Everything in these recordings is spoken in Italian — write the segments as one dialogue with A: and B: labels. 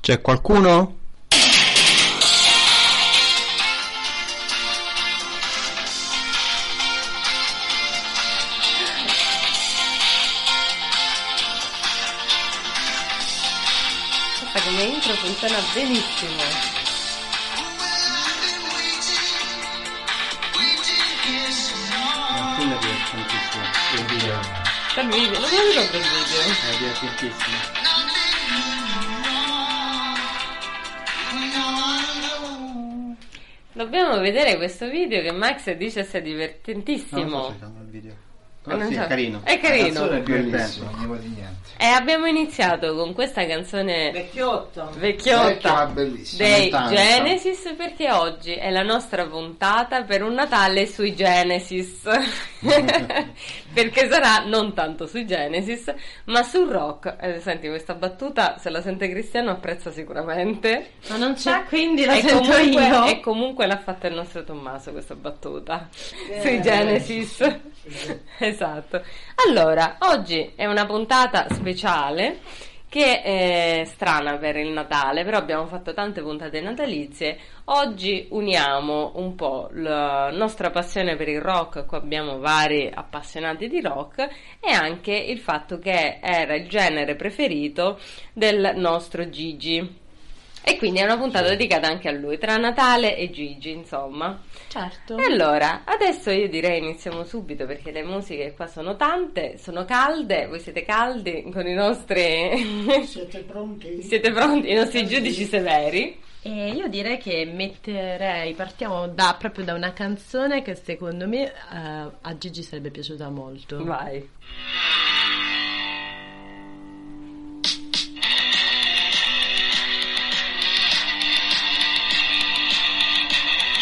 A: C'è qualcuno?
B: Questa come intro funziona benissimo.
C: Quella è divertentissima. Il video
B: Per video, non mi ricordo il video.
C: è divertentissimo.
B: Dobbiamo vedere questo video che Max dice sia
C: No, non sto
B: divertentissimo.
C: cercando il video.
B: Eh,
C: Però
B: non
C: sì,
B: so.
C: è carino.
B: È
D: La
B: carino.
D: canzone è
C: Divertente.
D: bellissima, non devo di niente.
B: E Eh, abbiamo iniziato con questa canzone
E: Vecchiotto.
D: Vecchia, ma
B: vecchiotta
D: bellissima.
B: dei
C: Ottanta.
B: Genesis perché oggi è la nostra puntata per un Natale sui Genesis. perché sarà non tanto sui Genesis, ma sul rock. Eh, senti, questa battuta se la sente Cristiano apprezza sicuramente.
E: Ma non c'è, quindi la
B: e
E: sento
B: comunque,
E: io.
B: e comunque l'ha fatta il nostro Tommaso questa battuta
E: Eh.
B: sui Genesis. esatto. Allora, oggi è una puntata speciale che è strana per il Natale, però abbiamo fatto tante puntate natalizie. Oggi uniamo un po' la nostra passione per il rock, qua abbiamo vari appassionati di rock, e anche il fatto che era il genere preferito del nostro Gigi. E quindi è una puntata dedicata anche a lui, tra Natale e Gigi, insomma.
E: Certo.
B: E allora, adesso io direi iniziamo subito perché le musiche qua sono tante, sono calde, voi siete caldi con i nostri...
F: Siete pronti?
B: siete pronti? I nostri giudici severi.
E: E io direi che metterei, partiamo da, proprio da una canzone che secondo me eh, a Gigi sarebbe piaciuta molto.
B: Vai.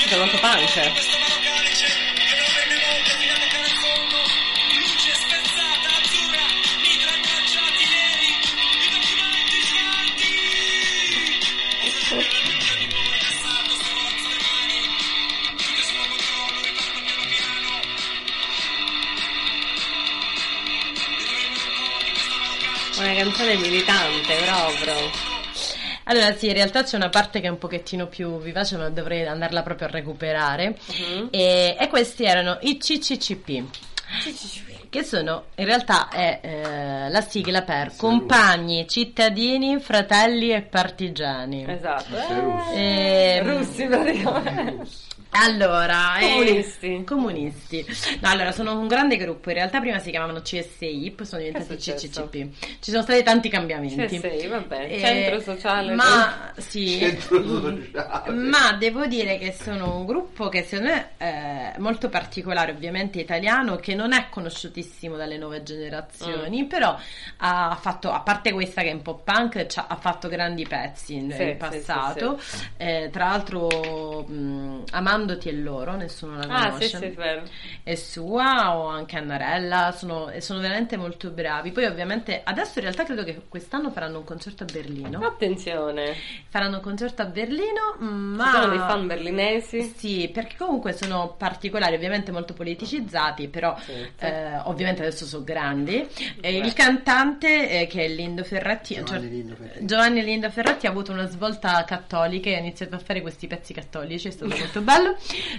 B: Sono molto punk. Una canzone militante proprio.
E: Allora sì, in realtà c'è una parte che è un pochettino più vivace, ma dovrei andarla proprio a recuperare.
B: Mhm.
E: E, e questi erano i CCCP. Che sono in realtà è eh, la sigla per compagni, cittadini, fratelli e partigiani.
B: Esatto.
D: Sei russo.
E: Ehm,
B: Russi praticamente.
E: Allora, eh,
B: Comunisti.
E: comunisti. No, allora sono un grande gruppo. In realtà prima si chiamavano CSI, poi sono
B: Che
E: diventati
B: è successo?
E: CCCP. Ci sono stati tanti cambiamenti.
B: Sì, sì, vabbè.
E: Eh,
B: Centro sociale.
E: Ma sì.
D: Centro sociale.
E: Ma devo dire che sono un gruppo che secondo me è eh, molto particolare, ovviamente italiano, che non è conosciutissimo dalle nuove generazioni,
B: Mm.
E: però ha fatto, a parte questa che è un po' punk, ci ha ha fatto grandi pezzi in,
B: Sì,
E: in
B: sì,
E: passato. Eh, tra l'altro, mh, Amandoti e loro, nessuno la
B: Ah, sì,
E: conosce.
B: sì, è vero.
E: È sua o anche Annarella, sono, e sono veramente molto bravi. Poi, ovviamente, adesso in realtà credo che quest'anno faranno un concerto a Berlino.
B: Attenzione.
E: Faranno un concerto a Berlino, ma
B: Ci sono dei fan berlinesi.
E: Sì, perché comunque sono particolari, ovviamente molto politicizzati, però eh, ovviamente adesso sono grandi. E il cantante eh, che è Lindo Ferretti, a un
C: Giovanni
E: certo-
C: Lindo Ferretti.
E: Giovanni Lindo Ferretti ha avuto una svolta cattolica e ha iniziato a fare questi pezzi cattolici, è stato molto bello,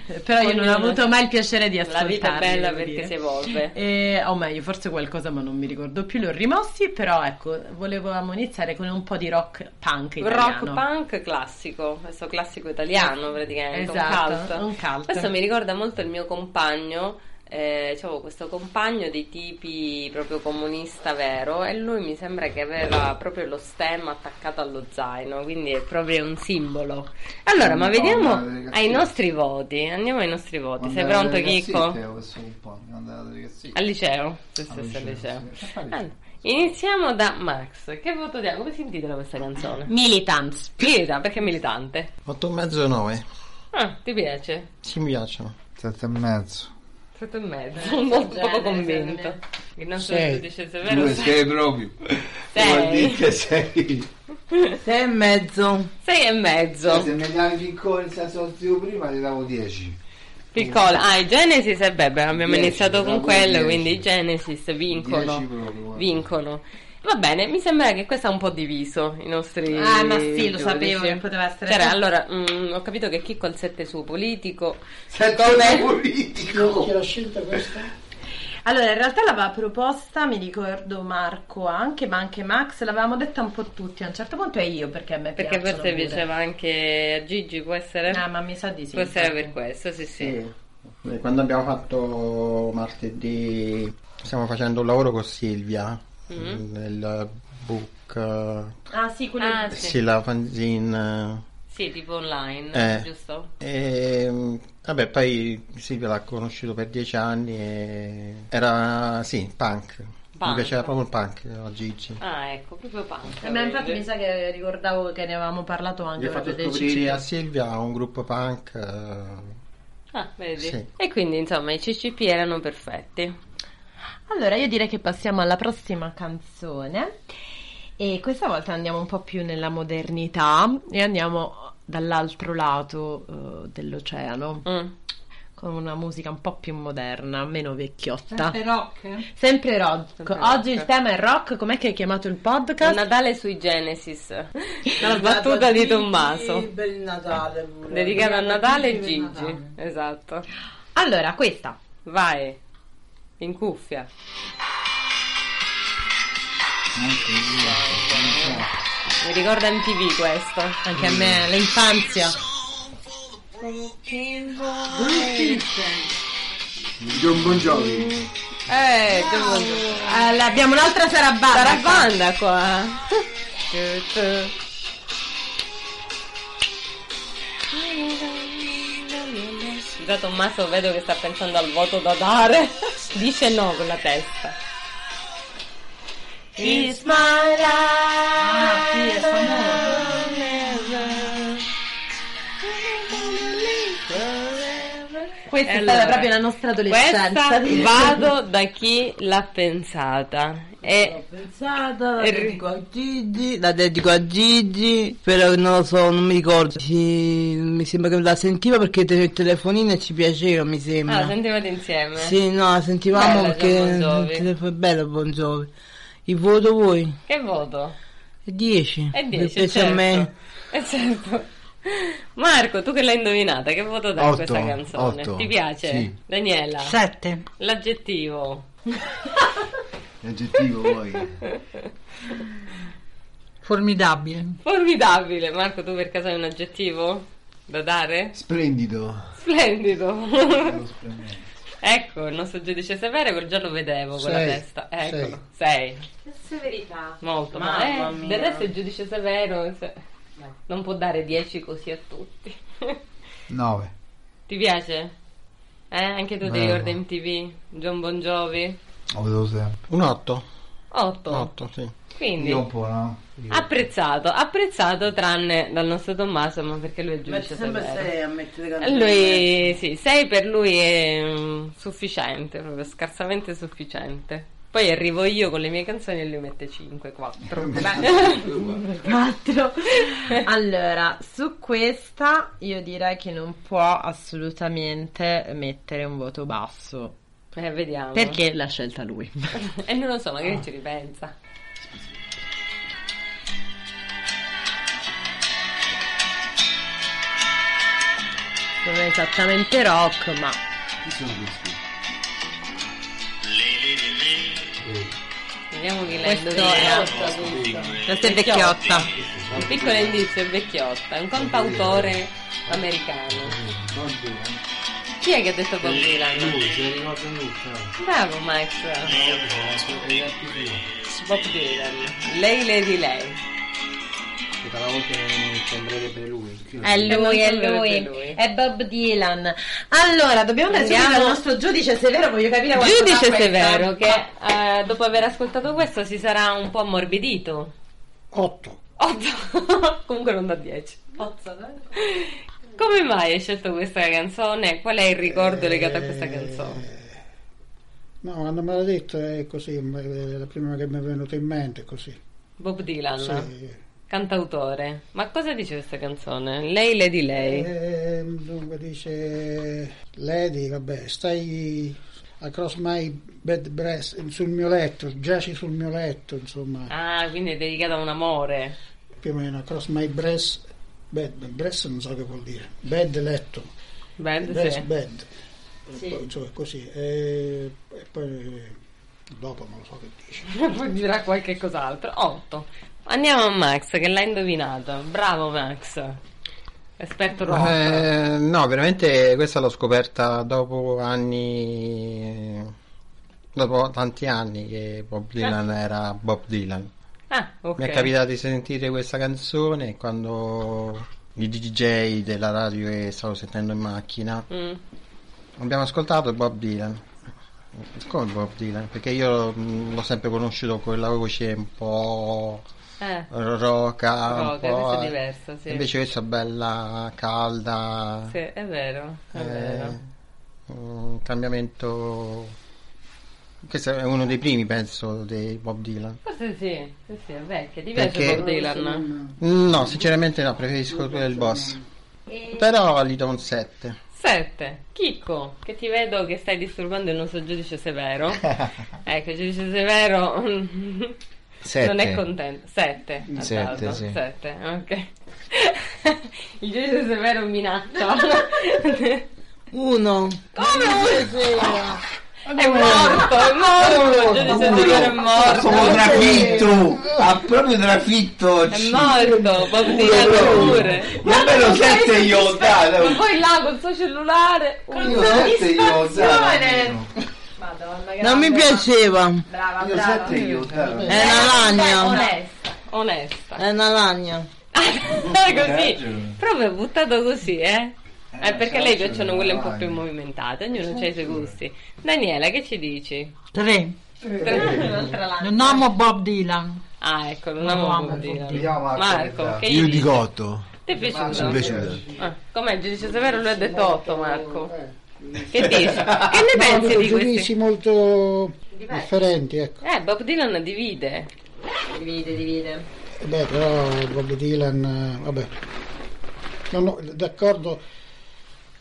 E: Eh, però io non ho
B: Ognuno-
E: avuto mai il piacere di
B: La
E: ascoltarli.
B: vita è bella
E: devo
B: perché
E: dire.
B: si evolve.
E: Eh, o meglio, forse qualcosa ma non mi ricordo più, li ho rimossi, però ecco, volevamo iniziare con un po' di rock punk italiano.
B: Rock punk classico, questo classico italiano praticamente, un
E: Esatto,
B: cult.
E: un cult.
B: Questo mi ricorda molto il mio compagno, eh, avevo questo compagno dei tipi proprio comunista vero e lui mi sembra che aveva proprio lo stemma attaccato allo zaino, quindi è proprio un simbolo. Allora, ma
D: Madonna,
B: vediamo
D: delle cazzette.
B: ai nostri voti, andiamo ai nostri voti. Sei
D: Quando
B: pronto
D: era delle
B: Chicco?
D: cazzette, questo un po', quando era delle cazzette.
B: Al liceo, sì, sì,
D: Al
B: sì,
D: liceo,
B: al liceo.
D: sì. Che fai?
B: Allora, iniziamo da Max, che voto diamo? Come si intitola questa canzone?
E: Militants.
B: Militante, perché militante?
A: 8,5 e 9.
B: Ah, ti piace?
A: Sì, mi piacciono.
D: Sette e mezzo.
B: Sette e mezzo, sono un poco
E: genere,
B: convinto.
E: secondo
B: Il nostro
F: Sei.
B: giudice severo
D: Due,
B: sei.
D: sei proprio.
B: Sei.
D: Vuol dire che sei.
F: Sei e mezzo.
B: sei e mezzo.
D: Se mi davi piccolo il senso zio prima ti davo 10.
B: Piccola. Ah, i Genesis e beh, beh, abbiamo
D: Dieci,
B: iniziato con
D: bravo,
B: quello,
D: dieci.
B: quindi i Genesis vincono.
D: proprio, guarda.
B: Vincono. Va bene, mi sembra che questo ha un po' diviso i nostri.
E: Ah, ma sì, lo
B: giudici.
E: sapevo che poteva essere.
B: C'era, allora, mm, ho capito che Chicco ha il 7 su politico.
D: Sento
B: Come?
D: politico.
F: Chi l'ha scelta questa?
E: Allora, in realtà l'aveva proposta, mi ricordo Marco anche, ma anche Max, l'avevamo detta un po' tutti, a un certo punto è io perché a me
B: Perché
E: piacciono
B: forse
E: pure.
B: piaceva anche a Gigi, può essere?
E: Ah, ma mi sa di sì.
B: può essere per
E: infatti.
B: questo, sì, sì.
A: Sì. Eh, Quando abbiamo fatto martedì, stiamo facendo un lavoro con Silvia,
B: Mhm.
A: nel book, eh,
E: Ah, sì, quello
B: Ah, sì.
A: sì, la fanzine.
B: Sì, tipo online,
A: Eh.
B: giusto?
A: E, mm, vabbè, poi Silvia l'ha conosciuto per dieci anni e era, sì, punk.
B: Punk.
A: Mi piaceva proprio il punk, a Gigi.
B: Ah, ecco, proprio punk.
E: Eh, ma infatti
B: vedi?
E: mi sa che ricordavo che ne avevamo parlato anche
A: Gli ho fatto
E: proprio dei
A: scoprire a
E: CCP.
A: Silvia un gruppo punk. eh,
B: Ah, vedi.
A: Sì.
B: E quindi, insomma, i CCP erano perfetti.
E: Allora, io direi che passiamo alla prossima canzone. E questa volta andiamo un po' più nella modernità e andiamo dall'altro lato eh, dell'oceano
B: Mm.
E: con una musica un po' più moderna, meno vecchiotta.
F: Sempre rock?
E: Sempre rock.
B: Sempre rock.
E: Oggi il tema è rock. Com'è che hai chiamato il
B: Un
E: podcast?
B: Natale sui Genesis. La battuta di Tommaso.
F: Bel Natale pure.
B: Dedicata a Natale e
F: Per
B: Gigi.
F: Natale.
B: Esatto.
E: Allora, questa.
B: Vai. In cuffia. Mi ricorda MTV questo.
E: Anche a me, l'infanzia.
D: John Bon Jovi.
B: Eh, tu
E: Allora, Eh, abbiamo un'altra sarabanda.
B: Sarabanda qua. Tu, tu. Già Tommaso vedo che sta pensando al voto da dare. Dice no con la testa.
E: It's my life.
F: Ah, sì, è famoso.
E: Questa è
B: Allora,
E: stata proprio la nostra adolescenza.
B: Questa vado da chi l'ha pensata. E
F: Pensata, la
B: E-
F: dedico a Gigi, la dedico a Gigi, però non lo so, non mi ricordo. Ci- mi sembra che la sentiva perché teneva il telefonino e ci piaceva, mi sembra.
B: ah, sentivate insieme.
F: Sì, no, la sentivamo
B: Bella,
F: perché
B: John Bon Jovi.
F: il telefono è bello, Bon Jovi. Il voto voi?
B: Che voto?
F: È 10.
B: E
F: Mi
B: 10,
F: piace a me.
B: Eh, certo. Marco, tu che l'hai indovinata, che voto dai a
A: Otto,
B: questa canzone?
A: otto,
B: Ti piace?
A: sì.
B: Daniela,
F: 7.
B: l'aggettivo.
D: Aggettivo poi.
F: Formidabile.
B: Formidabile. Marco, tu per caso hai un aggettivo da dare?
D: Splendido.
B: Splendido.
D: Lo splendente.
B: ecco, il nostro giudice severo, che già lo vedevo con la
A: Sei.
B: testa. Eccolo, sei.
E: Severità.
B: Molto, ma
E: Mamma
B: eh,
E: mia.
B: del resto il giudice severo se- non può dare 10 così a tutti.
D: 9.
B: Ti piace? Eh, anche tu ti
D: Bravo.
B: ricordi MTV, John Bon Jovi?
D: Lo vedevo sempre.
A: Un 8?
B: 8.
A: 8, sì.
B: Quindi Ah,
D: Io un po', no? Io.
B: apprezzato, apprezzato tranne dal nostro Tommaso, ma perché lui è
F: Ma
B: giudice
F: c'è sempre
B: severo.
F: 6 a mettere
B: E Lui sì, 6 per lui è mm, sufficiente, proprio scarsamente sufficiente. Poi arrivo io con le mie canzoni e lui mette 5, 4.
E: Altro. Allora, su questa io direi che non può assolutamente mettere un voto basso.
B: Eh, vediamo.
E: Perché l'ha scelta lui.
B: E non lo so, magari ci ripensa.
E: Non è esattamente rock, ma
D: Chi sono questi?
B: Vediamo chi Eh, la
E: Questo
B: indovina.
E: questa è vecchiotta.
B: Un piccolo indizio, è vecchiotta, è un cantautore americano.
D: Bob Dylan.
B: Chi è che ha detto Bob Dylan?
D: Lui, se ne ricorda lui.
B: Bravo Max, Bob Dylan. Lei, lei di lei.
D: Che dalla volta non sembrerebbe lui.
E: È lui, è lui, è Bob Dylan. Allora, dobbiamo andare subito
B: Andiamo-
E: dal nostro giudice severo, voglio capire quanto
B: Giudice
E: fa questa.
B: Severo che eh, dopo aver ascoltato questo si sarà un po' ammorbidito.
A: 8.
B: 8. Comunque non da 10. Come mai hai scelto questa canzone? Qual è il ricordo legato a questa canzone?
G: No, quando me l'ha detto è così, è la prima che mi è venuta in mente, è così.
B: Bob Dylan,
G: Sì.
B: cantautore. Ma cosa dice questa canzone? Lei, lei
A: Eh.
B: di lei.
G: Ehm, dunque dice Lady, vabbè, stai Across My Bed Breast, sul mio letto, giaci sul mio letto, insomma,
B: Ah, quindi è dedicata a un amore.
G: più o meno, Across My Breast, bed, breast non so che vuol dire, bed letto,
B: Band,
G: breast
B: sì.
G: bed,
B: Sì.
G: Poi, insomma così, e, e poi dopo non lo so che dice.
B: Poi dirà qualche cos'altro. 8. Andiamo a Max che l'ha indovinato. Bravo Max. Esperto rock.
A: Eh, no, veramente questa l'ho scoperta dopo anni, dopo tanti anni che Bob Dylan era Bob Dylan.
B: Ah, Certo. ok.
A: Mi è capitato di sentire questa canzone quando i DJ della radio che stavo sentendo in macchina
B: Mm.
A: abbiamo ascoltato Bob Dylan. Come Bob Dylan? Perché io mh, l'ho sempre conosciuto con la voce un po'
B: Eh,
A: roca, un po',
B: rock, questa è
A: eh.
B: diversa, sì.
A: Invece questa è bella, calda,
B: Sì, è vero, è
A: eh,
B: vero.
A: un cambiamento. Questo è uno dei primi, penso, di Bob Dylan.
B: Forse sì, sì, sì, è vecchia. Ti piace
A: Perché-
B: Bob Dylan?
A: No, sinceramente no, preferisco quello del boss. Però gli do un 7.
B: 7. Chicco, che ti vedo che stai disturbando il nostro giudice severo. ecco, il giudice severo non è contento. 7.
H: Sette, sì.
B: 7, ok. il giudice severo minaccia.
F: Uno.
B: è morto, è morto. Il giudice severo è morto.
H: Sono trafitto! Ha proprio trafitto!
B: È morto, Bob Dylan pure.
H: Davvero sette io ho
B: Ma
H: dato!
B: poi là col suo cellulare.
H: Io sette io ho dato!
E: Madonna,
F: Non mi piaceva.
E: Brava,
D: Io sette io ho dato.
F: È una lagna.
E: Onesta.
B: Onesta.
F: È una lagna.
H: Eh,
B: così. Proprio buttato così, eh? Eh, perché a lei piacciono quelle un po' più movimentate,
F: Eh,
B: ognuno ha i suoi gusti. Daniela, che ci dici?
I: 3.
B: Tre-
I: Non amo Bob Dylan.
B: Ah, ecco, non
I: Non
B: avevo
I: amo
B: voluto dirlo.
D: Vediamo Marco
B: Marco,
D: che
B: che
H: Io
B: gli dici?
H: dico 8.
B: Ti è
H: Mi è
B: piaciuto?
H: piaciuta.
B: Ah, com'è il giudice severo? Lui ha detto 8, Marco.
G: Eh,
B: Che dici? Che ne
G: no,
B: pensi
G: sono
B: di questi?
G: giudizi molto differenti, ecco.
B: Eh, Bob Dylan divide.
E: Divide, divide.
G: Eh Beh, però Bob Dylan, eh, vabbè, sono d'accordo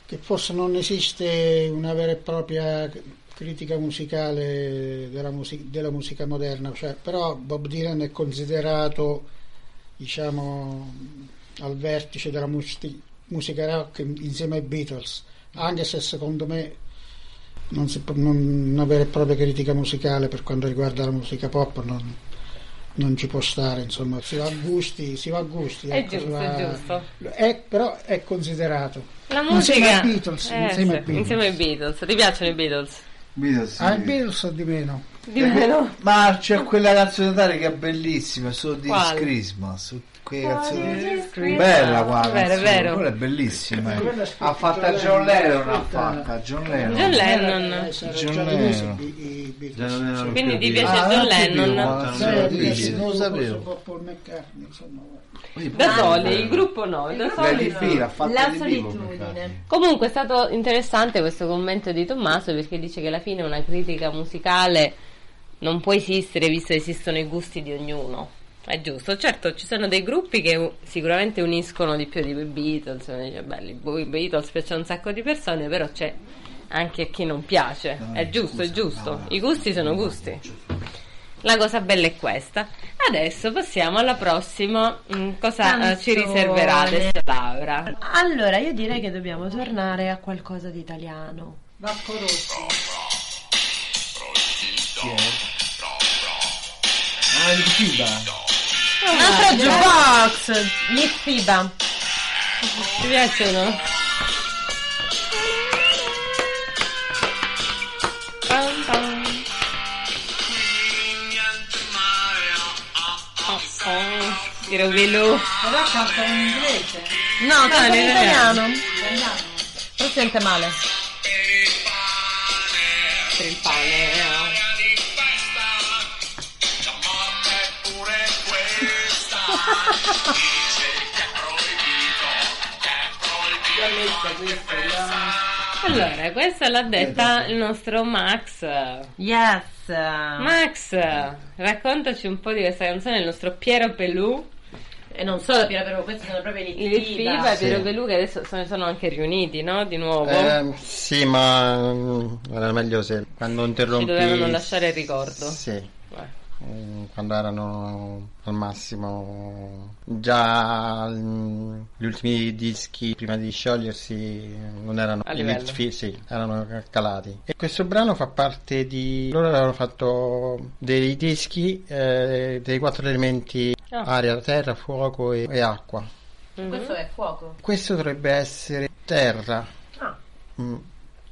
G: che forse non esiste una vera e propria critica musicale della, musi- della musica moderna, cioè, però Bob Dylan è considerato, diciamo, al vertice della musti- musica rock in- insieme ai Beatles, anche se secondo me non si può- non- una vera e propria critica musicale per quanto riguarda la musica pop non, non ci può stare, insomma, si va a gusti, si va a gusti.
B: È
G: ecco, si
B: giusto,
G: va-
B: è giusto.
G: è- però è considerato.
B: La
G: Insieme
B: musica...
G: ai Beatles,
B: Eh,
G: insieme ai
B: sì,
G: Beatles.
B: insieme ai Beatles. Ti piacciono i Beatles?
H: Beatles,
G: Ah, i
H: sì.
G: Beatles o di meno?
B: Di meno.
H: Ma c'è quella canzone tale che è bellissima, solo di
B: Quale?
H: Christmas. su- Quelle canzoni.
B: Christmas.
H: Bella qua,
B: Vero,
H: canzone,
B: vero.
H: quella è bellissima. eh.
G: Quella è scritta
H: Ha fatta
G: da
H: John
G: lei,
H: Lennon, ha
G: scritta-
H: fatta John Lennon.
B: John
G: Eh,
B: Lennon.
G: sarà
H: John
G: già remiso
H: Lennon.
G: i- i Beatles.
H: John Lennon.
B: Quindi ti
H: Ah,
B: piace
H: anche
B: John
H: io,
B: Lennon?
H: ma
G: Sì,
H: non lo
G: perché
H: dici,
G: se
H: non
G: non
H: lo
G: lo
H: sapevo.
G: fosse Paul McCartney, insomma.
B: Da soli, il gruppo no, da
H: Lei
B: soli
H: di
B: no.
H: fila, ha fatto
E: La
H: di vivo,
E: solitudine.
H: perché-
B: Comunque è stato interessante questo commento di Tommaso perché dice che alla fine una critica musicale non può esistere visto che esistono i gusti di ognuno. È giusto, certo ci sono dei gruppi che u- sicuramente uniscono di più di i Beatles, uno dice, "Beh, i Bo- i Beatles piacciono un sacco di persone, però c'è anche a chi non piace. è giusto, è giusto, i gusti sono gusti. La cosa bella è questa. Adesso passiamo alla prossima. mm, Cosa eh, ci
E: Canzone.
B: riserverà adesso Laura?
E: Allora, io direi che dobbiamo tornare a qualcosa di italiano. Vasco Rossi.
H: Ah, di fila.
E: Un'altra jukebox. Litfiba.
B: Ti piacciono? Pam, pam. Oh, oh, Tiro velo.
I: Però canta in inglese.
E: No,
B: canta
E: canta
B: in
E: in italiano. Però sente male.
B: Per il pane. eh. Allora, questa l'ha detta il nostro Max.
E: Yes.
B: Max, raccontaci un po' di questa canzone, il nostro Piero Pelù.
E: e non solo Piero Perù, questi sono proprio i
B: Il FIBA e
A: Sì.
B: Piero Beluga adesso sono, sono anche riuniti, no? Di nuovo.
A: Eh, sì, ma mm, era meglio se quando interrompi.
B: dovevano lasciare il ricordo.
A: Sì.
B: Eh.
A: Mm, Quando erano al massimo già mm, gli ultimi dischi prima di sciogliersi non erano
B: A
A: i
B: livello.
A: Litfi- sì, erano calati. E questo brano fa parte di loro avevano fatto dei dischi eh, dei quattro elementi
B: Ah.
A: aria, terra, fuoco e- e acqua.
B: Mhm.
E: Questo è fuoco.
A: Questo dovrebbe essere terra.
E: Ah.
A: Mm.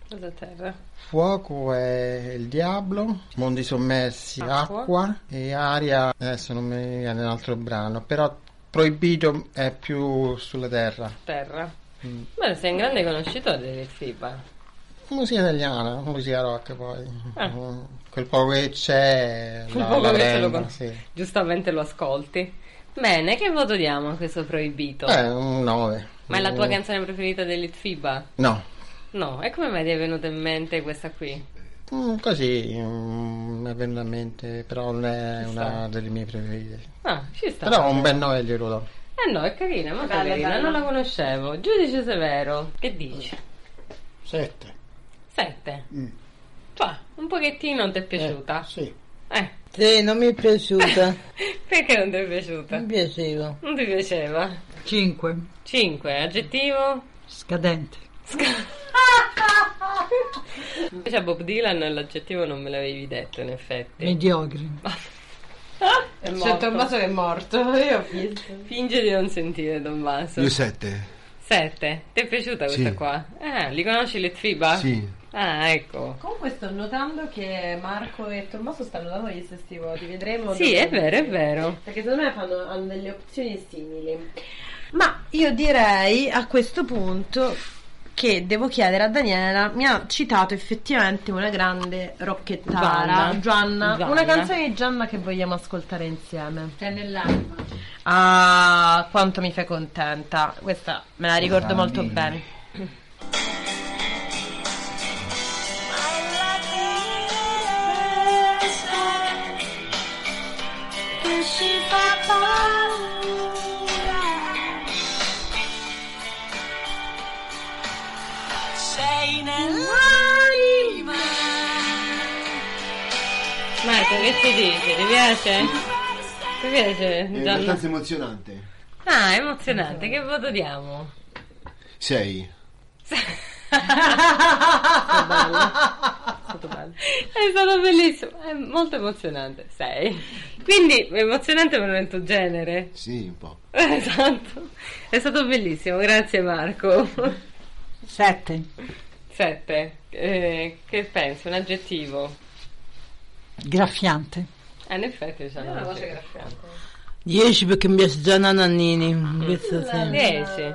B: Cosa terra?
A: Fuoco è il diavolo, mondi sommersi,
B: Acqua.
A: acqua, e aria, adesso non mi viene un altro brano, però proibito è più sulla terra.
B: Terra.
A: Mm.
B: Beh, sei un grande conoscitore del FIBA.
A: Musica italiana, musica rock poi.
B: Ah.
A: Mm. Quel poco che c'è,
B: Quel
A: la,
B: poco
A: la
B: che c'è lo
A: prendo,
B: con-
A: sì.
B: Giustamente lo ascolti. Bene, che voto diamo a questo proibito?
A: Eh, mm. un 9.
B: Ma è la tua canzone preferita dell'Itfiba?
A: No,
B: No, e come mai ti è venuta in mente questa qui?
A: Mm, così mm, mi è venuta in mente, però non è
B: Ci sta.
A: una delle mie preferite.
B: Ah, ci sta.
A: Però un bel 9 glielo do.
B: Eh no, è carina, molto
E: Bella,
B: carina,
E: bella.
B: non la conoscevo. Giudice severo, che dici?
G: 7.
B: Sette.
F: Mm.
B: Cioè, un pochettino ti è piaciuta.
G: Sì.
B: Eh,
F: Sì, non mi è piaciuta.
B: perché non ti è
F: mi
B: piaciuta?
F: piaceva.
B: Non ti piaceva?
I: 5.
B: Cinque, aggettivo?
I: Scadente.
B: Invece a Bob Dylan l'aggettivo non me l'avevi detto, in effetti.
I: Mediocri.
B: È
E: C'è Tommaso che è morto, io ho visto.
B: Finge di non sentire Tommaso.
H: Io 7.
B: Sette. Ti è piaciuta questa
H: Sì.
B: qua? Ah, li conosci le Tfiba?
H: Sì.
B: Ah, ecco.
E: Comunque sto notando che Marco e Tommaso stanno dando gli stessi voti, vedremo.
B: Sì,
E: dopo.
B: è vero, è vero.
E: Perché secondo me fanno, hanno delle opzioni simili. Ma io direi a questo punto che devo chiedere a Daniela, mi ha citato effettivamente una grande rocchettara,
B: Gianna.
E: Gianna,
B: Gianna.
E: una canzone di Gianna che vogliamo ascoltare insieme.
I: Te nell'anima.
E: Ah, quanto mi fai contenta. Questa me la ricordo molto bene.
B: Marco, che ti dice? Ti piace? Ti
D: È
H: Eh,
B: piace? Gianna?
D: abbastanza emozionante.
B: Ah, è emozionante. Che voto diamo?
D: 6.
B: È stato bellissimo, è molto emozionante. Sei. Quindi, emozionante per il tuo genere.
D: Sì, un po'.
B: Esatto. È stato bellissimo, grazie Marco.
I: 7.
B: Sette. Eh, che pensi? Un aggettivo?
I: Graffiante.
B: Eh, in effetti c'è una voce
F: 10 perché mi piace Gianna Nannini. Questo Ah. sì.
B: 10.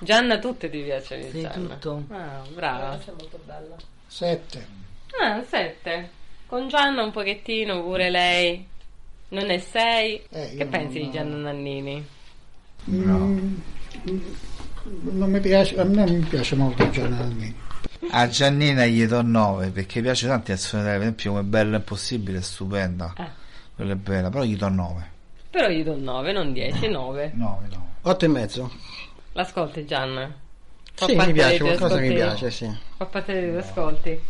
B: Gianna, tutte ti piace
F: Sì,
B: Gianna.
F: tutto.
B: Ah, brava.
G: 7.
B: Ah, 7. Con Gianna un pochettino pure lei. Non è 6.
G: Eh, io
B: che
G: non-
B: pensi di Gianna Nannini?
G: Non mi piace, a me non mi piace molto Giannini.
H: A Giannina gli do 9 perché piace tanto il suonare, per esempio come Bella Impossibile, è stupenda.
B: Ah.
H: Quella è bella, però gli do 9.
B: Però gli do 9, non
G: Eh.
B: 10, 9.
H: 9, 9.
A: 8 e mezzo.
B: L'ascolti Gianna? Fa
A: Sì,
B: parte
A: mi
B: dei
A: piace,
B: tuoi
A: qualcosa mi
B: ascolti?
A: piace, sì.
B: Fa parte dei tuoi ascolti. E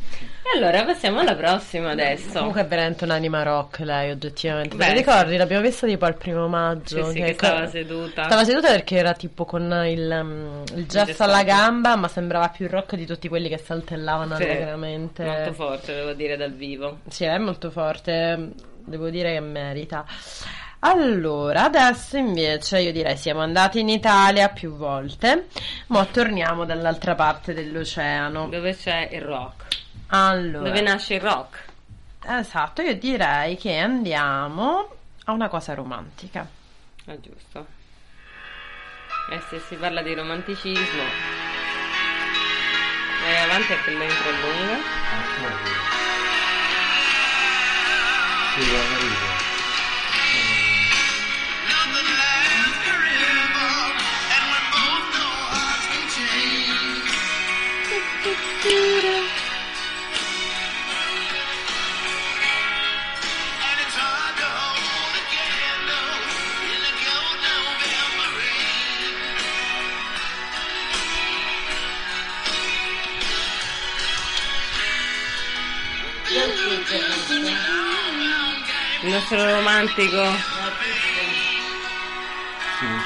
B: allora passiamo alla prossima adesso.
E: Comunque è veramente un'anima rock lei, oggettivamente. Te
B: Esatto. Beh,
E: la ricordi? L'abbiamo vista tipo al primo
B: Sì,
E: maggio.
B: sì,
E: che
B: che stava
E: co-
B: seduta.
E: Stava seduta perché era tipo con il, um, il
B: jazz
E: gesso alla
B: alto.
E: gamba, ma sembrava più rock di tutti quelli che saltellavano
B: Sì,
E: allegramente.
B: Molto forte, devo dire, dal vivo.
E: Sì, è molto forte, devo dire che merita. Allora, adesso invece io direi siamo andati in Italia più volte, ma torniamo dall'altra parte dell'oceano.
B: Dove c'è il rock?
E: Allora,
B: Dove nasce il rock?
E: esatto, io direi che andiamo a una cosa romantica.
B: Ah, giusto. E se si parla di romanticismo... Vai avanti che l'intro è lunga.
J: And it's hard to hold a candle in the cold November
B: il nostro romantico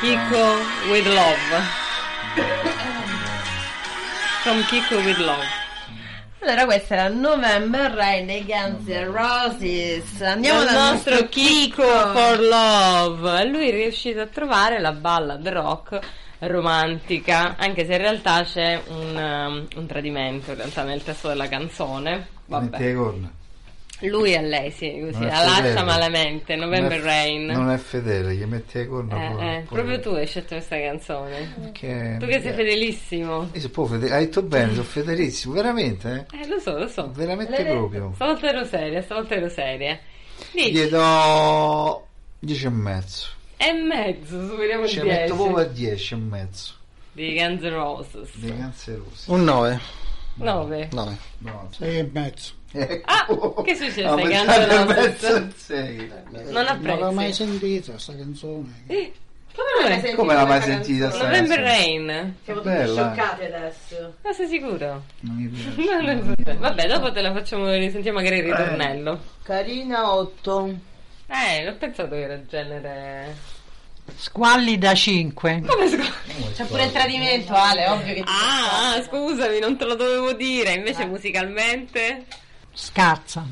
B: Kiko with Love. From Kiko with Love.
E: Allora, questa era November Rain dei Guns N' Roses. Andiamo
B: Andiamo
E: dal nostro Kiko.
B: for Love. E Lui è riuscito a trovare la ballad rock romantica, anche se in realtà c'è un, um, un tradimento in realtà nel testo della canzone.
H: Mette
B: Vabbè.
H: le corna.
B: Lui a lei, sì, così,
H: Non è
B: la lascia
H: fedele.
B: malamente, November
H: Non è-
B: Rain.
H: Non è fedele, gli mette le corna.
B: Eh,
H: pure-
B: eh,
H: pure-
B: proprio tu hai scelto questa canzone.
H: Perché-
B: Tu che sei
H: eh,
B: fedelissimo.
H: io sono proprio fede- hai detto bene, sono fedelissimo, veramente, eh?
B: Eh, lo so, lo so.
H: Veramente
B: L'hai
H: proprio.
B: detto. Stavolta ero seria, stavolta ero seria.
H: Gli
B: Dici,
H: do 10 e mezzo.
B: e mezzo, superiamo il
H: Ci metto proprio a
B: 10
H: 10 e mezzo.
B: di Guns N' Roses.
H: Dei canzerosi.
A: Un 9.
B: 9.
A: 9.
H: No. cioè, ecco.
G: sei e mezzo.
B: Ah, che succede?
H: Ha
B: Stai
H: aumentato
B: cantando
H: il
B: la
H: mezzo
B: stessa-
H: in sei.
B: Non
G: Non l'ho mai
B: apprezzi. Eh.
G: sentita sta canzone.
B: Come non l'hai sentito?
H: Come l'ha mai sentita? sta
B: November
H: canzone?
B: Rain.
E: Siamo
H: tutti Bella. scioccati
E: adesso.
B: Ma sei sicuro?
H: Non mi piace.
B: No, non so. Vabbè, dopo te la facciamo risentiamo magari il ritornello.
F: Carina 8.
B: Eh, l'ho pensato che era il genere.
I: Squalli da 5.
B: Come scu-
E: C'è pure il tradimento, Ale, ovvio che
B: Ah, scusami, non te lo dovevo dire. Invece musicalmente.
I: Scazza.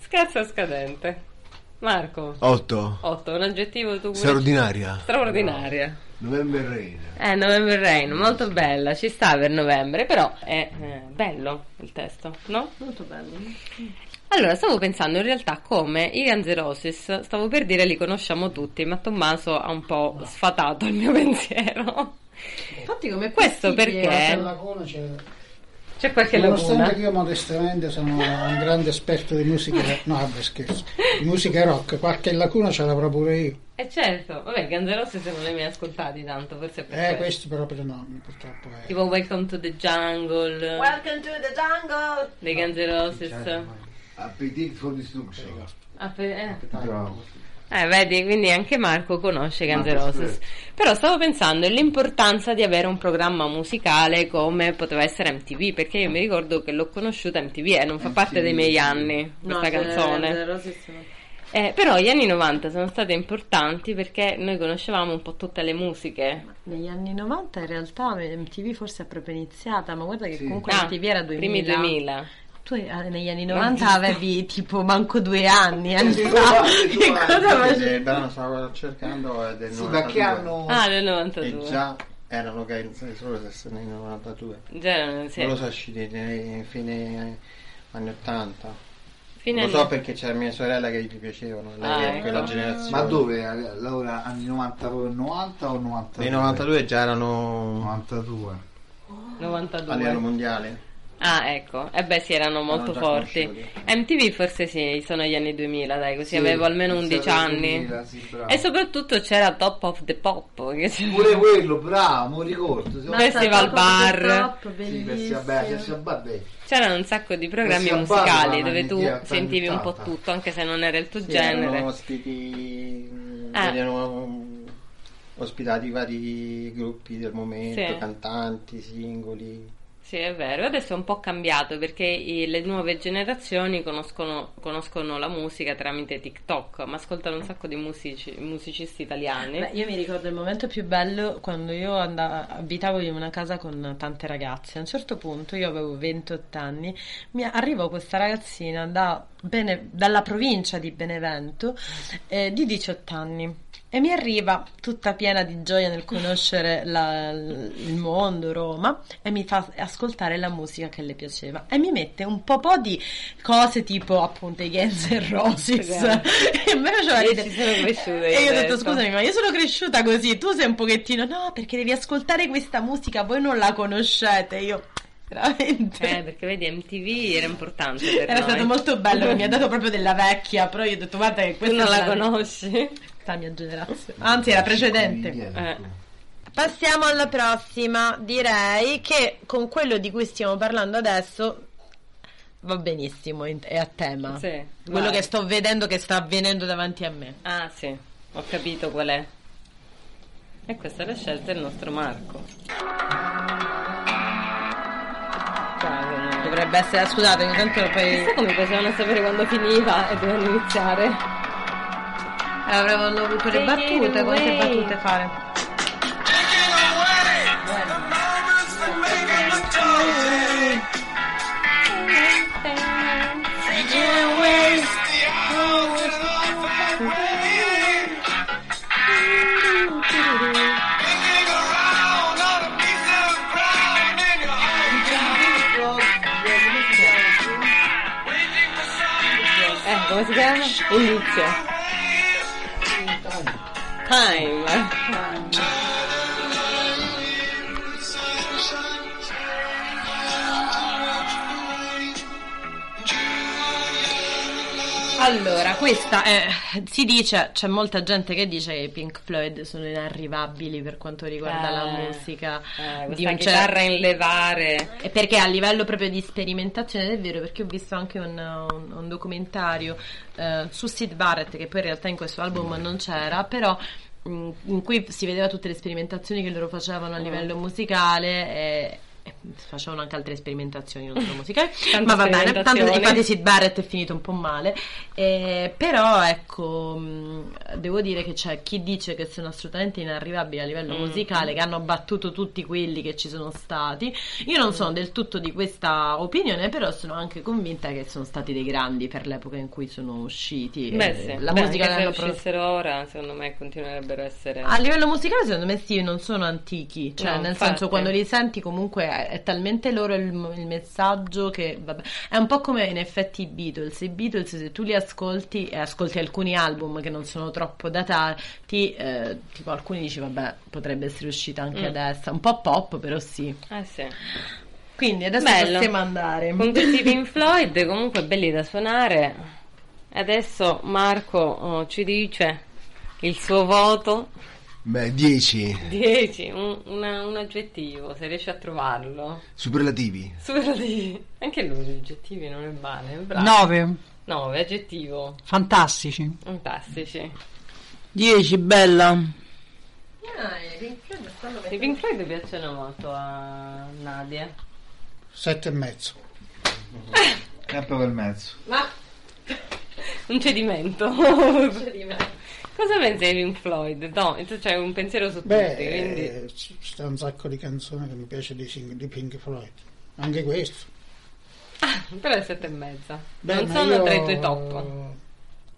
B: Scherzo scadente. Marco,
J: 8.
B: 8, un aggettivo tu vuoi-
J: Straordinaria.
B: straordinaria.
J: November Rain.
B: Eh, November Rain, molto bella, ci sta per novembre, però è eh, bello il testo, no?
E: Molto bello.
B: Allora, stavo pensando in realtà come i Guns N' Roses, stavo per dire li conosciamo tutti, ma Tommaso ha un po' sfatato il mio pensiero.
E: Infatti, come eh, cioè,
B: Questo
G: Per
B: perché
G: la cola c'è
B: c'è qualche
G: Nonostante
B: laguna.
G: che io modestamente sono un grande esperto di musica, no vabbè scherzo, di musica rock, qualche lacuna ce l'avrò pure io.
B: Eh certo, vabbè, i Guns N' Roses non li hai mai ascoltati tanto, forse è per
G: Eh,
B: quello.
G: questo proprio no, purtroppo è.
B: Tipo Welcome to the Jungle
E: Welcome to the jungle.
B: dei Guns N'
G: Certo,
B: Roses.
D: Appetite for destruction.
B: Ah, per- eh.
H: Bravo.
B: Eh, vedi, quindi anche Marco conosce Guns N' Roses. Però stavo pensando all'importanza di avere un programma musicale come poteva essere MTV, perché io mi ricordo che l'ho conosciuta MTV e eh,
A: Eh,
B: non fa parte dei miei anni questa canzone. Eh, però gli anni 90 sono stati importanti perché noi conoscevamo un po' tutte le musiche.
E: Negli anni 90 in realtà MTV forse è proprio iniziata, ma guarda che
D: Sì.
E: comunque
B: Ah,
E: MTV era 2000.
B: Primi 2000.
E: Tu eh, negli anni 90 avevi tipo manco due anni, anni fa. che cosa facevi?
A: Il brano stavo eh, cercando è del
H: Sì, ma che
A: 92.
H: hanno...
B: Ah, del
A: E
B: 92.
A: Eh, già erano Guns N' Roses nel 92.
B: Già erano- sì.
A: Non lo so usciti nei fine anni 80.
B: Fine
A: Lo
B: anni-
A: so perché c'era mia sorella che gli piacevano, lei
B: Ah,
A: è quella
B: ecco.
A: generazione.
H: Ma dove? Allora, anni 90, proprio 90 o 92?
A: Nei 92 già erano
H: 92.
B: 92.
A: a livello mondiale.
B: Ah, ecco. E beh, sì, erano molto
A: già
B: forti.
A: conosciuti.
B: MTV forse sì, sono gli anni 2000, dai, così
H: Sì,
B: avevo almeno
H: inizio
B: 11
H: del
B: anni.
H: 2000, sì, bravo.
B: E soprattutto c'era Top of the Pop, che c'è-
H: Pure quello, bravo, mi ricordo. Sì,
B: Festival Bar.
E: Top,
H: sì,
E: bellissimo.
H: questi, vabbè, questi, vabbè.
B: C'erano un sacco di programmi
H: Questi a Barbara,
B: musicali dove
H: anni
B: tu
H: 80,
B: sentivi un po'
H: 80.
B: tutto, anche se non era il tuo
A: Erano
B: genere.
A: ospiti, mh,
B: Ah.
A: erano mh, ospitati vari gruppi del momento,
B: Sì.
A: cantanti, singoli.
B: Sì, è vero. Adesso è un po' cambiato perché i- le nuove generazioni conoscono, conoscono la musica tramite TikTok, ma ascoltano un sacco di musici- musicisti italiani.
E: Beh, io mi ricordo il momento più bello quando io andavo, abitavo in una casa con tante ragazze. A un certo punto, io avevo 28 anni, mi arrivò questa ragazzina da Bene- dalla provincia di Benevento eh, di 18 anni. E mi arriva tutta piena di gioia nel conoscere la- il mondo, Roma, e mi fa ascoltare la musica che le piaceva. E mi mette un po' po' di cose tipo appunto i Guns N' Roses.
B: Esatto.
E: e me lo faceva
B: Io
E: ridere.
B: ci sono cresciuta,
E: E io ho
B: hai
E: detto,
B: detto.
E: scusami, ma io sono cresciuta così, tu sei un pochettino, no, perché devi ascoltare questa musica, voi non la conoscete. Io, veramente...
B: Eh, perché vedi, MTV era importante per
E: Era
B: noi.
E: stato molto bello, mi ha dato proprio della vecchia, però io ho detto guarda che
B: Tu
E: questa
B: non la
E: è
B: conosci?
E: la mia generazione. Anzi, era precedente.
B: Eh.
E: Passiamo alla prossima, direi che con quello di cui stiamo parlando adesso va benissimo, in- è a tema.
B: Sì,
E: Quello
B: vai.
E: che sto vedendo che sta avvenendo davanti a me.
B: Ah sì, ho capito qual è. E questa è la scelta del nostro Marco. Bravo, Marco.
E: dovrebbe essere scusate ogni tanto poi
B: Chissà come facevano a sapere quando finiva e dovevano iniziare.
E: avrebbero avuto le battute quante battute fare
B: Eh, come si chiama? Indizio. Time.
E: allora questa è, si dice c'è molta gente che dice che i Pink Floyd sono inarrivabili per quanto riguarda
B: Eh.
E: la musica
B: Eh,
E: di
B: questa
E: un
B: chitarra
E: certo-
B: in levare.
E: E perché a livello proprio di sperimentazione ed è vero perché ho visto anche un, un- un documentario eh, su Sid Barrett che poi in realtà in questo album non c'era però mh, in cui si vedeva tutte le sperimentazioni che loro facevano a
B: Mm.
E: livello musicale e, e facevano anche altre sperimentazioni non solo musicali
B: Tante
E: ma va bene tanto,
B: sperimentazioni.
E: infatti Sid Barrett è finito un po' male Eh, però ecco mh, devo dire che c'è chi dice che sono assolutamente inarrivabili a livello
B: Mm.
E: musicale che hanno battuto tutti quelli che ci sono stati io non sono del tutto di questa opinione, però sono anche convinta che sono stati dei grandi per l'epoca in cui sono usciti.
B: Beh,
E: Eh,
B: sì.
E: La
B: Beh,
E: musica
B: anche
E: l'hanno
B: se
E: pro-
B: uscissero ora, secondo me continuerebbero a essere.
E: a livello musicale, secondo me sì, non sono antichi, cioè
B: No,
E: nel
B: infatti.
E: senso quando li senti comunque è, è talmente loro il, il messaggio che vabbè, è un po' come in effetti i Beatles, i Beatles se tu li ascolti e ascolti alcuni album che non sono troppo datati, eh, tipo alcuni dici vabbè potrebbe essere uscita anche
B: Mm.
E: adesso, un po' pop però sì.
B: Eh sì.
E: Quindi adesso
B: Bello.
E: possiamo andare.
B: Con questi Pink Floyd, comunque belli da suonare. Adesso Marco oh, ci dice il suo voto.
J: Beh, 10
B: 10, un, una- un aggettivo, se riesci a trovarlo.
J: superlativi.
B: Superlativi. Anche lui gli aggettivi non è male, è bravo.
I: 9.
B: 9, aggettivo.
I: Fantastici.
B: Fantastici.
F: 10, bella.
B: I Pink Floyd piacciono molto a Nadia.
G: Sette e mezzo.
H: Campo per mezzo.
B: Un cedimento. Cosa pensi di Pink Floyd? No, tu c'hai un pensiero su
G: Beh,
B: tutti, quindi...
G: eh, ci sta un sacco di canzoni che mi piace di, Sing- di Pink Floyd. Anche questo.
B: Però è sette e mezza.
G: Beh,
B: non
G: ma
B: sono
G: io-
B: tra i tuoi top.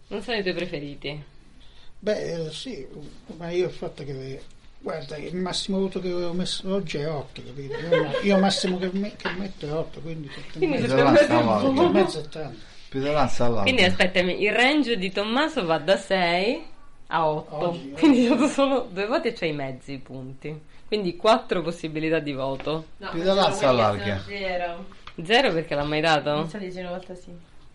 B: Non sono i tuoi preferiti.
G: Beh, eh, sì, ma io il fatto che. Guarda, il massimo voto che ho messo oggi è 8, capito? Io, io massimo che, me- che metto è 8, quindi sette e
B: Quindi
G: mezzo.
B: se-
H: Più davanti alla
G: Sette e
H: volta.
G: mezzo è tanto.
H: Più davanti alla
B: Quindi
H: volta.
B: aspettami, il range di Tommaso va da 6 a 8.
G: Oggi,
B: Quindi ho dato solo due voti e c'hai i mezzi punti. Quindi 4 possibilità di voto.
H: Più
E: diciamo
H: davanti alla larga.
B: Zero perché l'ha mai dato?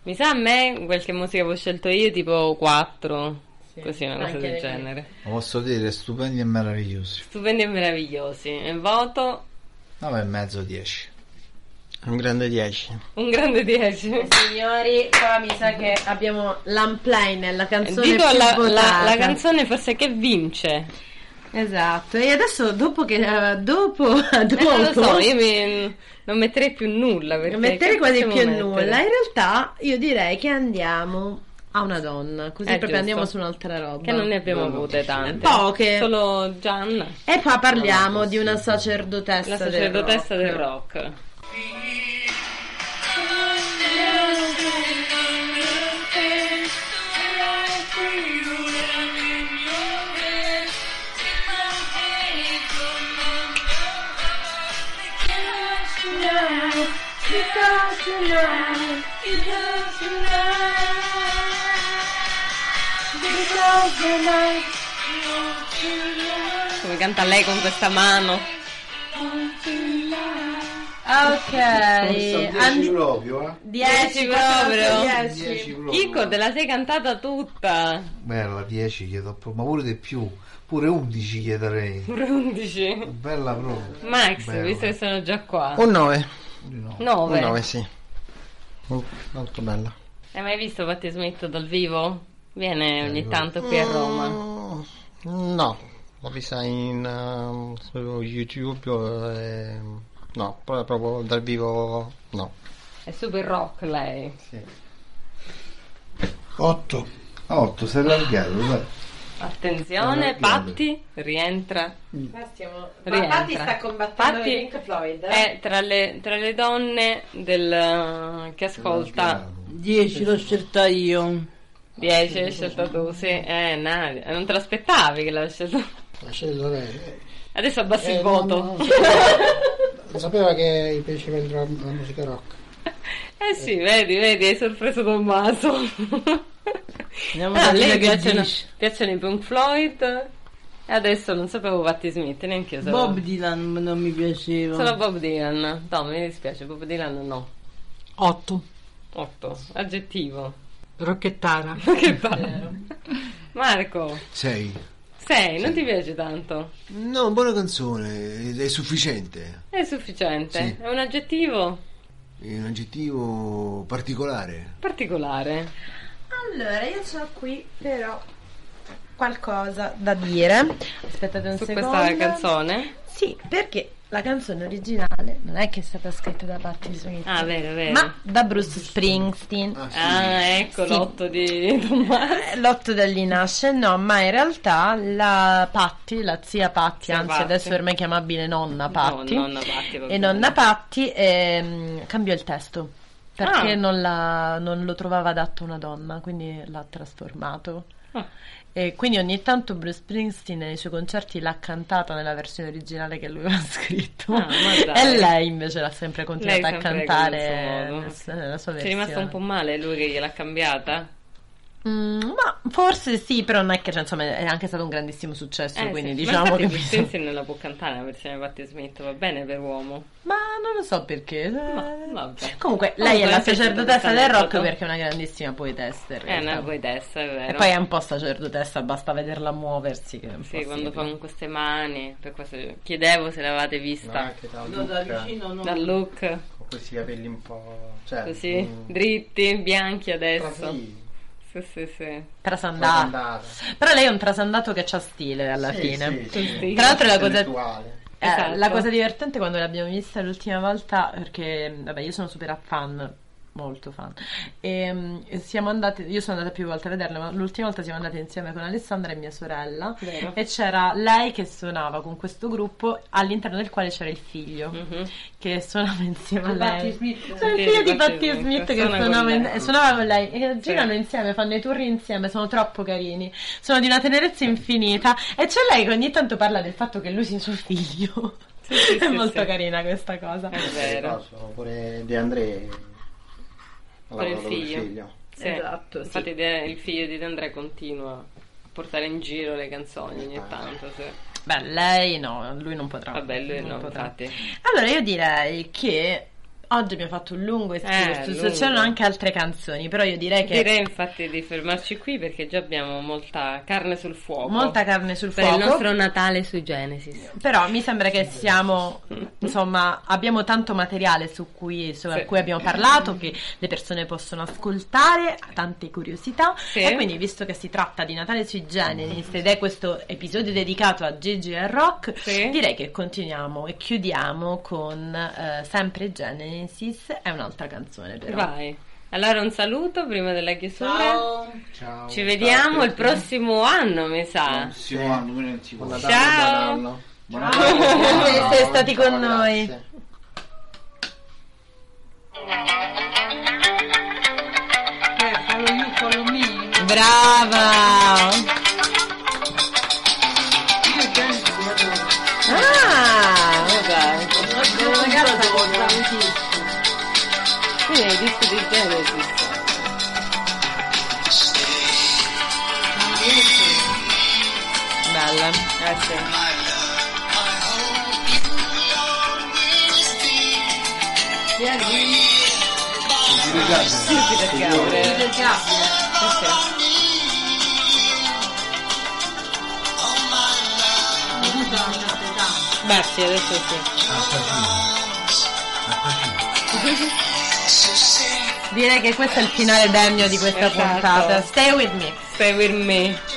B: Mi sa a me qualche musica che avevo scelto io tipo 4. Così, una cosa
E: anche
B: del
E: le mie.
B: genere.
H: Lo posso dire, stupendi e meravigliosi.
B: Stupendi e meravigliosi. E voto
H: 9 e mezzo, 10.
A: Un grande 10.
B: un grande 10.
E: Signori, qua mi sa che abbiamo l'unplane, la canzone
B: Dico
E: più
B: la, la,
E: votata.
B: la canzone forse che vince.
E: Esatto, e adesso dopo che... eh, dopo... dopo
B: Eh, non lo so, io mi- non metterei più nulla. Perché
E: mettere
B: che
E: quasi più
B: possiamo
E: nulla. eh?
B: mettere?
E: In realtà io direi che andiamo a una donna, così
B: Eh,
E: proprio
B: giusto.
E: andiamo su un'altra roba.
B: Che non ne abbiamo avute tante.
E: Poche.
B: Solo Gianna,
E: E qua parliamo di una sacerdotessa.
B: la
E: del
B: sacerdotessa
E: rock.
B: del rock. Come canta lei con questa mano.
E: Ok, Eh,
D: Sono 10
E: andi-
D: proprio, eh?
E: 10
B: Dieci proprio.
E: proprio.
H: 10 proprio.
B: Chico, te la sei cantata tutta.
H: Bella, 10 chiedo proprio, ma pure di più. Pure 11 chiederei.
B: Pure 11.
H: Bella proprio.
B: Max,
H: Bella.
B: visto che sono già qua.
A: Un 9.
H: No.
A: Un 9,
B: 9.
A: sì. Un- Molto bella.
B: Hai mai visto Patti Smith dal vivo? Viene ogni tanto qui a Roma.
A: Mm, No, l'ho vista in ehm, eh, su YouTube. ehm, no, pro- proprio dal vivo no.
B: È super rock lei.
G: 8.
H: 8, si è allargato, dai.
B: Attenzione, Eh,
H: Allora,
B: Patti rientra.
E: Ma stiamo...
B: Rientra. Eh,
E: Ma Patti sta combattendo
B: Patti
E: Pink Floyd. eh?
B: È tra le, tra le donne del, che ascolta
F: 10 l'ho scelta io.
B: 10, hai scelto tu, sì. Eh, Nadia, non te l'aspettavi che l'hai scelto.
G: La scelta lei.
B: Adesso abbassi
G: Eh,
B: il
G: no,
B: voto.
G: no, no. Sapeva che gli piaceva il drum- la musica rock.
B: Eh sì, vedi, vedi, hai sorpreso Tommaso.
F: Andiamo
B: Ah,
F: a
B: a lei
F: vedere che
B: piacciono,
F: dice.
B: piacciono i Pink Floyd e adesso non sapevo Patti Smith, neanche io sapevo.
F: Bob Dylan non mi piaceva.
B: Solo Bob Dylan. No, mi dispiace, Bob Dylan no.
I: 8.
B: 8. Aggettivo.
I: Rocchettara.
B: Che bello. Marco,
J: 6.
B: 6, non ti piace tanto?
J: No, buona canzone, è sufficiente.
B: È sufficiente.
J: Sì.
B: È un aggettivo
J: È un aggettivo particolare.
B: particolare.
E: Allora, io ho qui però qualcosa da dire. Aspettate un
B: Su
E: secondo.
B: questa canzone?
E: Sì, perché la canzone originale non è che è stata scritta da Patti Smith.
B: Ah, vero, vero.
E: Ma da Bruce Springsteen.
B: Ah, ecco
E: Sì.
B: l'otto di Tommaso.
E: Eh, L'otto da lì nasce, no, ma in realtà la Patti, la zia Patti,
B: Zia
E: anzi
B: Patti.
E: adesso è ormai chiamabile nonna Patti,
B: No, nonna Patti. va
E: e
B: bene.
E: nonna Patti ehm, cambiò il testo perché
B: Ah.
E: non, la- non lo trovava adatto una donna, quindi l'ha trasformato.
B: Ah.
E: E quindi ogni tanto Bruce Springsteen nei suoi concerti l'ha cantata nella versione originale che lui aveva scritto.
B: Ah, ma dai.
E: e lei invece l'ha sempre
B: Lei
E: continuata a
B: sempre con
E: cantare
B: il
E: nel-
B: suo modo.
E: nella sua versione.
B: Ci è rimasto un po' male lui che gliel'ha cambiata.
E: Mm, ma forse sì, però non è che cioè, insomma è anche stato un grandissimo successo,
B: Eh,
E: quindi
B: sì. ma
E: diciamo
B: infatti
E: che
B: Bruce
E: bisogna-
B: Springsteen non la può cantare la versione Patti Smith, va bene per uomo.
E: Ma non lo so perché. eh.
B: Ma vabbè.
E: Comunque,
B: Comunque,
E: lei è la
B: sì,
E: sacerdotessa del rock
B: sì.
E: perché è una grandissima poetessa. in
B: Eh,
E: realtà.
B: no, poi adesso è vero.
E: e poi è un po' sacerdotessa, basta vederla muoversi. Che è un po'
B: Sì, quando
E: simile.
B: fa con queste mani, per questo chiedevo se l'avevate vista
A: anche da
F: No, da
A: Lucca,
F: vicino no.
B: dal look,
A: con questi capelli un po'... Cioè,
B: così,
A: mm,
B: dritti, bianchi adesso.
A: così,
B: Sì, sì, sì.
E: Trasandata.
A: andata.
E: Però lei è un trasandato che ha stile alla
A: Sì,
E: fine.
A: sì, sì.
B: Sì.
E: Tra l'altro la cosa-
A: Intellettuale.
E: Eh,
B: Esatto.
E: la cosa divertente quando l'abbiamo vista l'ultima volta, perché vabbè, io sono super fan, molto fan. E, mm, siamo andate, io sono andata più volte a vederla, ma l'ultima volta siamo andate insieme con Alessandra e mia sorella.
B: Vero.
E: E c'era lei che suonava con questo gruppo all'interno del quale c'era il figlio
B: Mhm.
E: che suonava insieme a
F: Patti
E: lei.
F: Smith.
E: C'era il
B: Sì,
E: figlio
B: di
E: di
B: Patti
E: Patti
B: Smith,
E: Smith che
B: suona con
E: suonava, in-
B: lei.
E: suonava con lei e
B: Sì.
E: girano insieme, fanno i tour insieme, sono troppo carini, sono di una tenerezza infinita e c'è lei che ogni tanto parla del fatto che lui sia suo figlio.
B: Sì, sì,
E: è
B: sì,
E: molto
B: sì.
E: carina questa cosa.
B: È vero.
A: Sono pure De André.
B: Con il
A: Allora,
B: figlio. Sì.
E: Esatto, sì.
B: Infatti De- il figlio di De Andrea continua a portare in giro le canzoni ogni tanto. sì.
E: Beh, lei no, lui non potrà.
B: Vabbè, lui
E: Non
B: no,
E: potrà.
B: infatti.
E: Allora io direi che oggi abbiamo fatto un lungo excursus,
B: Eh, lungo.
E: c'erano anche altre canzoni, però io direi che
B: Direi infatti di fermarci qui perché già abbiamo molta carne sul fuoco.
E: molta carne sul
B: per
E: fuoco.
B: il nostro Natale sui Genesis.
E: Però mi sembra che siamo, insomma, abbiamo tanto materiale su cui, su
B: Sì.
E: cui abbiamo parlato, che le persone possono ascoltare, tante curiosità.
B: Sì.
E: E quindi, visto che si tratta di Natale sui Genesis ed è questo episodio dedicato a Gigi e Rock,
B: Sì.
E: direi che continuiamo e chiudiamo con eh, sempre Genesis e un'altra canzone, però.
B: Vai. Allora un saluto prima della chiusura.
A: Ciao.
B: Ci vediamo il prossimo anno, mi sa.
H: Prossimo anno, quindi non si può.
A: Buon Natale,
B: Ah. Ciao.
A: buon anno.
H: Buon
E: Per
H: Natale.
E: essere stati con
A: Ciao,
E: noi.
A: grazie.
E: Brava! Ah!
B: Quindi hai visto di Genesis.
E: Bella.
B: Eh sì. Peter Gabriel. Sì, sì. Beh, sì, adesso sì.
E: Direi che questo è il finale degno di questa
B: Esatto.
E: puntata. Stay with me.
B: Stay with me.